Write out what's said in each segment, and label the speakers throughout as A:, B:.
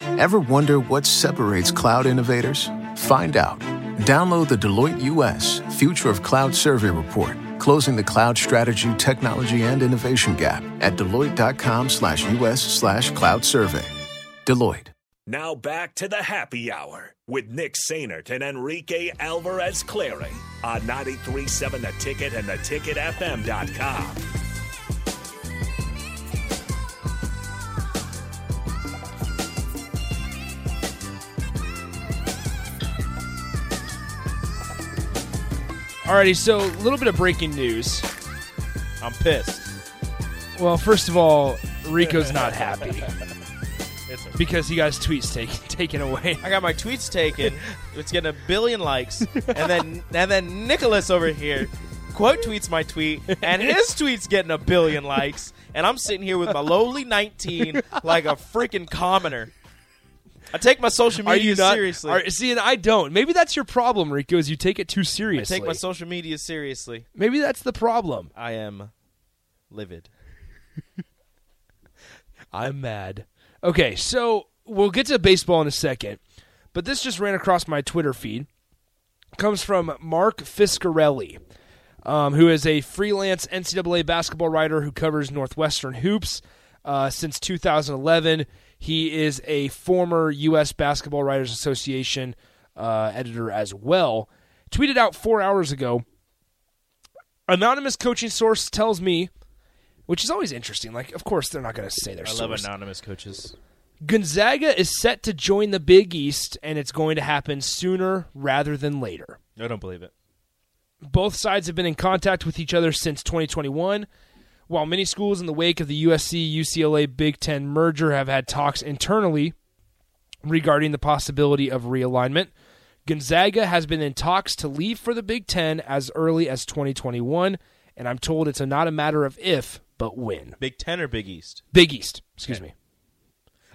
A: Ever wonder what separates cloud innovators? Find out. Download the Deloitte US Future of Cloud Survey Report, closing the cloud strategy, technology, and innovation gap at deloitte.com slash US slash cloud survey. Deloitte.
B: Now back to the happy hour with Nick Sainert and Enrique Alvarez Clary on 93.7 The Ticket and theticketfm.com.
C: Alrighty, so a little bit of breaking news.
D: I'm pissed.
C: Well, first of all, Rico's not happy
D: It's a-
C: because he got his tweets taken taken away.
D: I got my tweets taken. It's getting a billion likes, and then and then Nicholas over here quote tweets my tweet, and his tweet's getting a billion likes, and I'm sitting here with my lowly 19 like a freaking commoner. I take my social media
C: Are you not
D: seriously.
C: Are, see, and I don't. Maybe that's your problem, Rico. Is you take it too
D: I
C: seriously.
D: take my social media seriously.
C: Maybe that's the problem.
D: I am livid.
C: I'm mad. Okay, so we'll get to baseball in a second, but this just ran across my Twitter feed. Comes from Mark Fiscarelli, um, who is a freelance NCAA basketball writer who covers Northwestern hoops uh, since 2011. He is a former U.S. Basketball Writers Association uh, editor as well. Tweeted out four hours ago. Anonymous coaching source tells me, which is always interesting. Like, of course, they're not going to say their source.
D: anonymous coaches.
C: Gonzaga is set to join the Big East, and it's going to happen sooner rather than later.
D: I don't believe it.
C: Both sides have been in contact with each other since 2021. While many schools in the wake of the USC UCLA Big Ten merger have had talks internally regarding the possibility of realignment, Gonzaga has been in talks to leave for the Big Ten as early as 2021, and I'm told it's not a matter of if, but when.
D: Big Ten or Big East?
C: Big East, excuse me.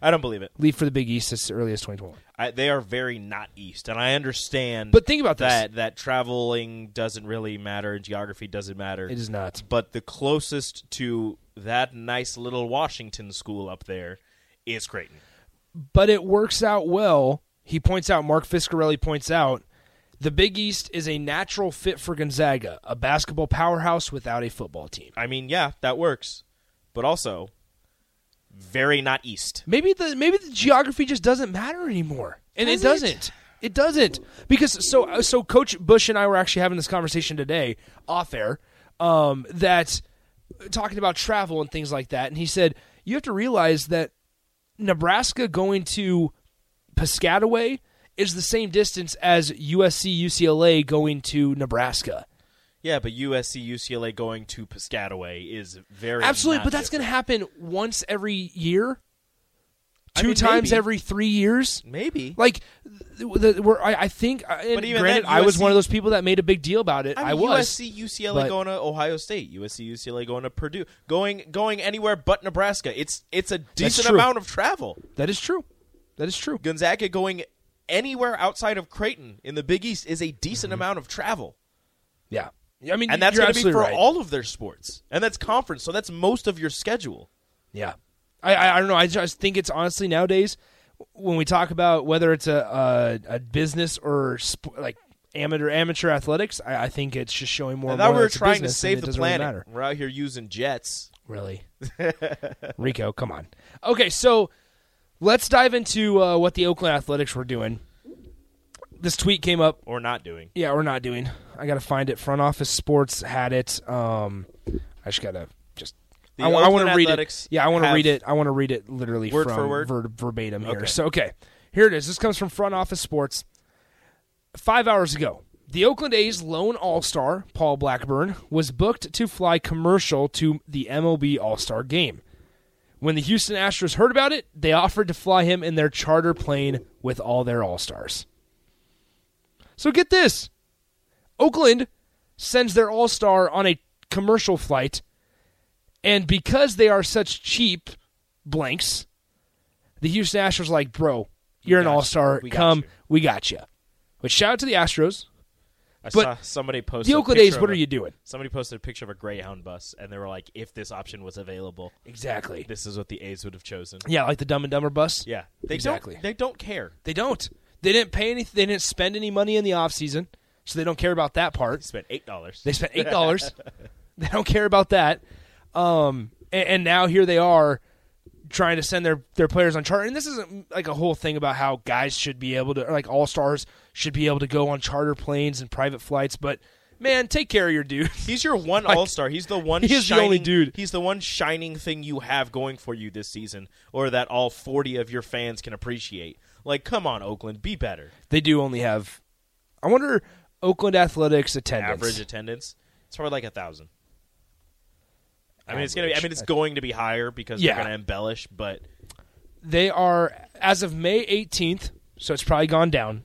D: I don't believe it.
C: Leave for the Big East as early as 2021.
D: I, they are very not East, and I understand.
C: But think about this.
D: that that traveling doesn't really matter, geography doesn't matter.
C: It is not.
D: But the closest to that nice little Washington school up there is Creighton.
C: but it works out well. He points out, Mark Fiscarelli points out, the Big East is a natural fit for Gonzaga, a basketball powerhouse without a football team.
D: I mean, yeah, that works, but also very not East.
C: Maybe the maybe the geography just doesn't matter anymore, and
D: Does
C: it
D: it?
C: doesn't. It? doesn't because so so Coach Bush and I were actually having this conversation today off air um, that uh, talking about travel and things like that, and he said you have to realize that Nebraska going to Piscataway is the same distance as USC UCLA going to Nebraska.
D: Yeah, but USC UCLA going to Piscataway is very
C: Absolutely,
D: not
C: but that's going to
D: different.
C: happen once every year,
D: I
C: two
D: mean,
C: times
D: maybe.
C: every three years.
D: maybe.
C: Like, the, the, where I, I think, uh, and
D: But even
C: granted,
D: then,
C: I was
D: USC
C: one of those people that made a big deal about it.
D: I,
C: I,
D: mean,
C: was.
D: USC UCLA
C: but-
D: going to Ohio State, USC UCLA going to Purdue, going going anywhere but Nebraska. It's it's a decent
C: true.
D: amount of travel.
C: That is true. That is true.
D: Gonzaga going anywhere outside of Creighton in the Big East is a decent
C: Mm-hmm.
D: amount of travel.
C: Yeah. I mean,
D: And that's
C: going
D: going
C: to
D: to be for
C: right.
D: all of their sports. And that's conference, so that's most of your schedule.
C: Yeah. I, I, I don't know. I just think it's honestly nowadays when we talk about whether it's a a, a business or sp- like amateur amateur athletics, I, I think it's just showing more.
D: I
C: and
D: thought
C: more
D: we were
C: it's a
D: trying to
C: business and it
D: save the
C: doesn't really
D: planet.
C: matter.
D: we're out here using jets.
C: Really? Rico, come on. Okay, so let's dive into uh, what the Oakland Athletics were doing. This tweet came up.
D: Or not doing.
C: Yeah, we're not doing. I got to find it. Front Office Sports had it. Um, I just got to just.
D: The
C: I, wa- I want to
D: Oakland
C: read it.
D: Athletics
C: Yeah, I want to
D: have-
C: read it. I want to read it literally
D: Word
C: from
D: for word?
C: ver- verbatim here.
D: Okay.
C: So, okay, here it is. This comes from Front Office Sports five hours ago. The Oakland A's lone All Star, Paul Blackburn, was booked to fly commercial to the MLB All Star game. When the Houston Astros heard about it, they offered to fly him in their charter plane with all their All Stars. So get this Oakland sends their All Star on a commercial flight, and because they are such cheap blanks, the Houston Astros are like, bro, you're an
D: got you.
C: All Star.
D: We got
C: Come,
D: you."
C: we got you. But shout out to the Astros
D: I
C: But
D: saw somebody post
C: the
D: a
C: Oakland
D: picture
C: A's,
D: of
C: what
D: a-
C: are you doing?
D: Somebody posted a picture of a Greyhound bus, and they were like, "If this option was available,
C: Exactly.
D: this is what the A's would have chosen."
C: Yeah, like the Dumb and Dumber bus.
D: Yeah, they
C: Exactly.
D: Don't, they don't care.
C: They don't. They didn't pay any. They didn't spend any money in the off season, so they don't care about that
D: They
C: part.
D: spent eight dollars.
C: They spent eight dollars. they don't care about that. Um, and, and now here they are trying to send their their players on charter. And this isn't like a whole thing about how guys should be able to, or like all stars should be able to go on charter planes and private flights. But man, take care of your dude.
D: He's your one all star. He's the one.
C: he is the
D: shining,
C: only dude.
D: He's the one shining thing you have going for you this season, or that all forty of your fans can appreciate. Like, come on, Oakland, be better.
C: they do only have. I wonder Oakland Athletics attendance.
D: Average attendance. It's probably like a thousand. I mean, it's gonna. Be, I
C: Average.
D: mean, it's going to be higher because
C: Yeah.
D: they're gonna embellish, but
C: they are as of May 18th, so it's probably gone down.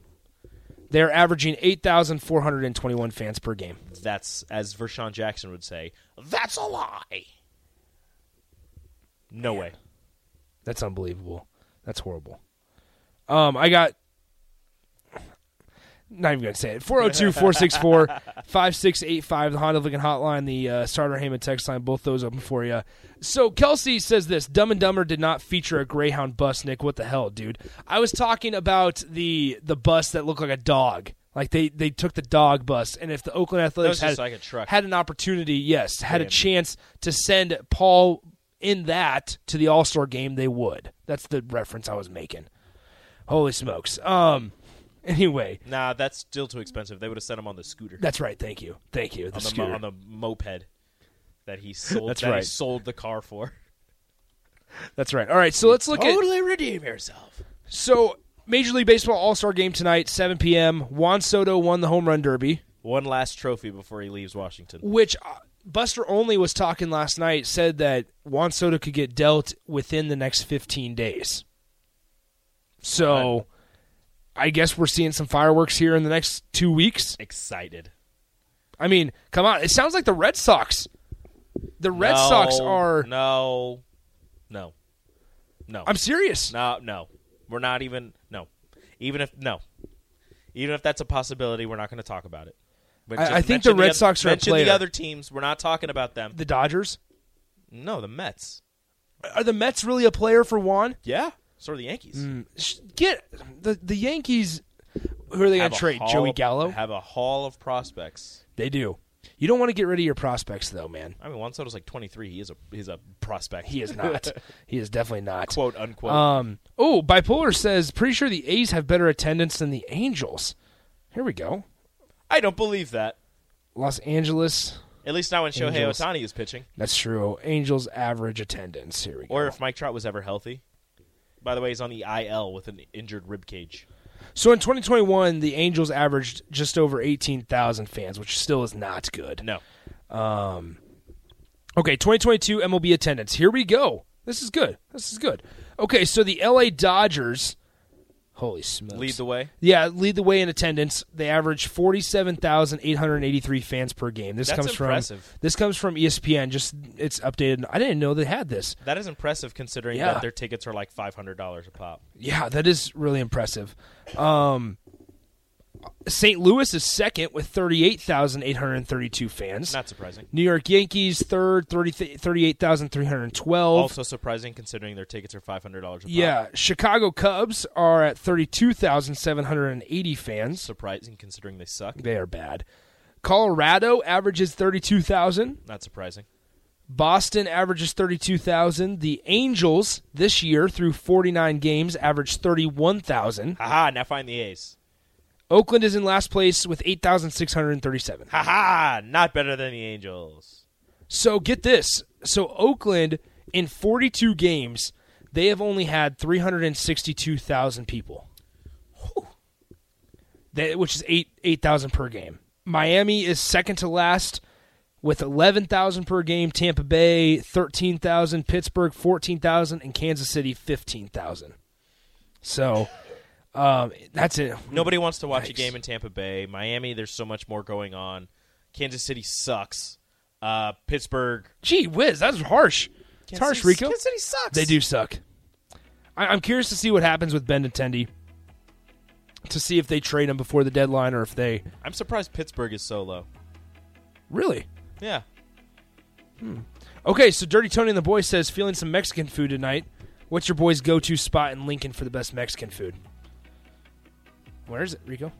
C: They're averaging 8,421 fans per game.
D: that's as Vershawn Jackson would say, that's a lie. No way.
C: That's unbelievable. That's horrible. Um, I got not even going to say it. 402-464-5685 the Honda Lincoln hotline, the uh, starter Heyman text line, both those open for you. So Kelsey says this, Dumb and Dumber did not feature a Greyhound bus, Nick. What the hell, dude? I was talking about the the bus that looked like a dog. Like they they took the dog bus and if the Oakland Athletics
D: That was
C: had
D: just like a truck.
C: had an opportunity, yes, had a
D: Damn.
C: chance to send Paul in that to the All-Star game, they would. That's the reference I was making. Holy smokes. Um anyway,
D: Nah, that's still too expensive. They would have sent him on the scooter,
C: that's right. Thank you. Thank you. The
D: on, the
C: scooter.
D: mo- on the moped that he sold.
C: That's
D: that He
C: right.
D: sold the car for.
C: That's right. All right. So let's look at
D: redeem yourself.
C: so Major League Baseball All Star Game tonight, 7 p.m. Juan Soto won the home run derby,
D: One last trophy before he leaves Washington.
C: which uh, Buster Only was talking last night. Said that Juan Soto could get dealt within the next 15 days. So, I guess we're seeing some fireworks here in the next two weeks.
D: Excited.
C: I mean, come on! It sounds like the Red Sox. The Red
D: No,
C: Sox are.
D: no, no, no.
C: I'm serious.
D: no, no. We're not even no. Even if no, even if that's a possibility, we're not going to talk about it. But
C: I-
D: just
C: I think
D: mention
C: the Red
D: oth-
C: Sox are a
D: mention the
C: player.
D: other teams. We're not talking about them.
C: The Dodgers.
D: No, the Mets.
C: Are the Mets really a player for Juan?
D: Yeah, so are the Yankees.
C: Sh- get the the Yankees. Who are they going
D: Have
C: to
D: a
C: trade?
D: hall-
C: Joey Gallo.
D: have a hall of prospects.
C: they do. You don't want to get rid of your prospects, though, man.
D: I mean, Juan Soto's like 23. He is a he's a prospect.
C: He is not. he is definitely not.
D: quote unquote.
C: Um. Oh, bipolar says pretty sure the A's have better attendance than the Angels. Here we go.
D: I don't believe that.
C: Los Angeles.
D: At least not when Shohei
C: Angels.
D: Otani is pitching,
C: That's true. Angels average attendance. Here we go.
D: or if Mike Trout was ever healthy. By the way, he's on the IL with an injured rib cage.
C: so in 2021, the Angels averaged just over 18,000 fans, which still is not good.
D: No,
C: Okay, 2022 MLB attendance. Here we go. This is good. This is good. Okay, so the LA Dodgers. Holy smokes.
D: lead the way.
C: yeah, lead the way in attendance. They average 47,883 fans per game. This
D: That's
C: comes
D: impressive.
C: from This comes from E ESPN. Just it's updated. I didn't know they had this.
D: That is impressive considering
C: Yeah.
D: that their tickets are like five hundred dollars a pop.
C: Yeah, that is really impressive. Um St. Louis is second with 38,832 fans.
D: Not surprising.
C: New York Yankees third, 30, 38,312.
D: Also surprising considering their tickets are five hundred dollars a pop.
C: Yeah, Chicago Cubs are at 32,780 fans.
D: surprising considering they suck.
C: They are bad. Colorado averages 32,000.
D: Not surprising.
C: Boston averages 32,000. The Angels this year through 49 games average 31,000.
D: Haha, now find the A's.
C: Oakland is in last place with 8,637.
D: Haha, not better than the Angels.
C: So get this. So Oakland in 42 games, they have only had 362,000 people. That, which is 8 8,000 per game. Miami is second to last with 11,000 per game, Tampa Bay 13,000, Pittsburgh 14,000 and Kansas City 15,000. So um, that's it.
D: Nobody wants to watch a
C: Yikes.
D: game in Tampa Bay. Miami, there's so much more going on. Kansas City sucks. Uh, Pittsburgh.
C: Gee whiz, that's harsh. it's
D: Kansas
C: harsh,
D: City-
C: Rico.
D: Kansas City sucks.
C: They do suck. I, I'm curious to see what happens with Ben Attendee to see if they trade him before the deadline or if they
D: I'm surprised Pittsburgh is so low.
C: really.
D: Yeah.
C: Okay, so Dirty Tony and the boy says feeling some Mexican food tonight. What's your boy's go-to spot in Lincoln for the best Mexican food? Where is it, Rico?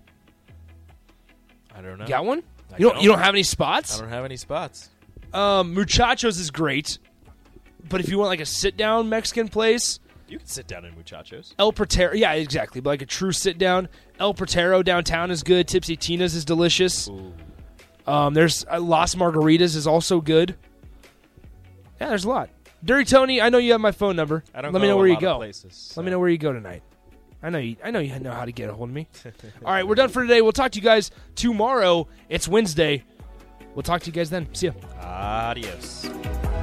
D: I don't know.
C: You got one?
D: I
C: You don't,
D: don't.
C: you don't have any
D: I
C: spots?
D: don't have any spots.
C: Um, Muchachos is great, but if you want like a sit-down Mexican place,
D: You can sit down in muchachos.
C: El Portero, yeah, exactly, but like a true sit-down. El Portero downtown is good. Tipsy Tina's is delicious. Um, there's uh, Las Margaritas is also good. Yeah, there's a lot. Dirty Tony, I know you have my phone number.
D: I don't
C: Let
D: go
C: me know
D: to a
C: where you
D: lot
C: go.
D: Of places,
C: Let me know where you go tonight. I know you. I know you know how to get a hold of me. All right, we're done for today. We'll talk to you guys tomorrow. It's Wednesday. We'll talk to you guys then. See ya.
D: Adios.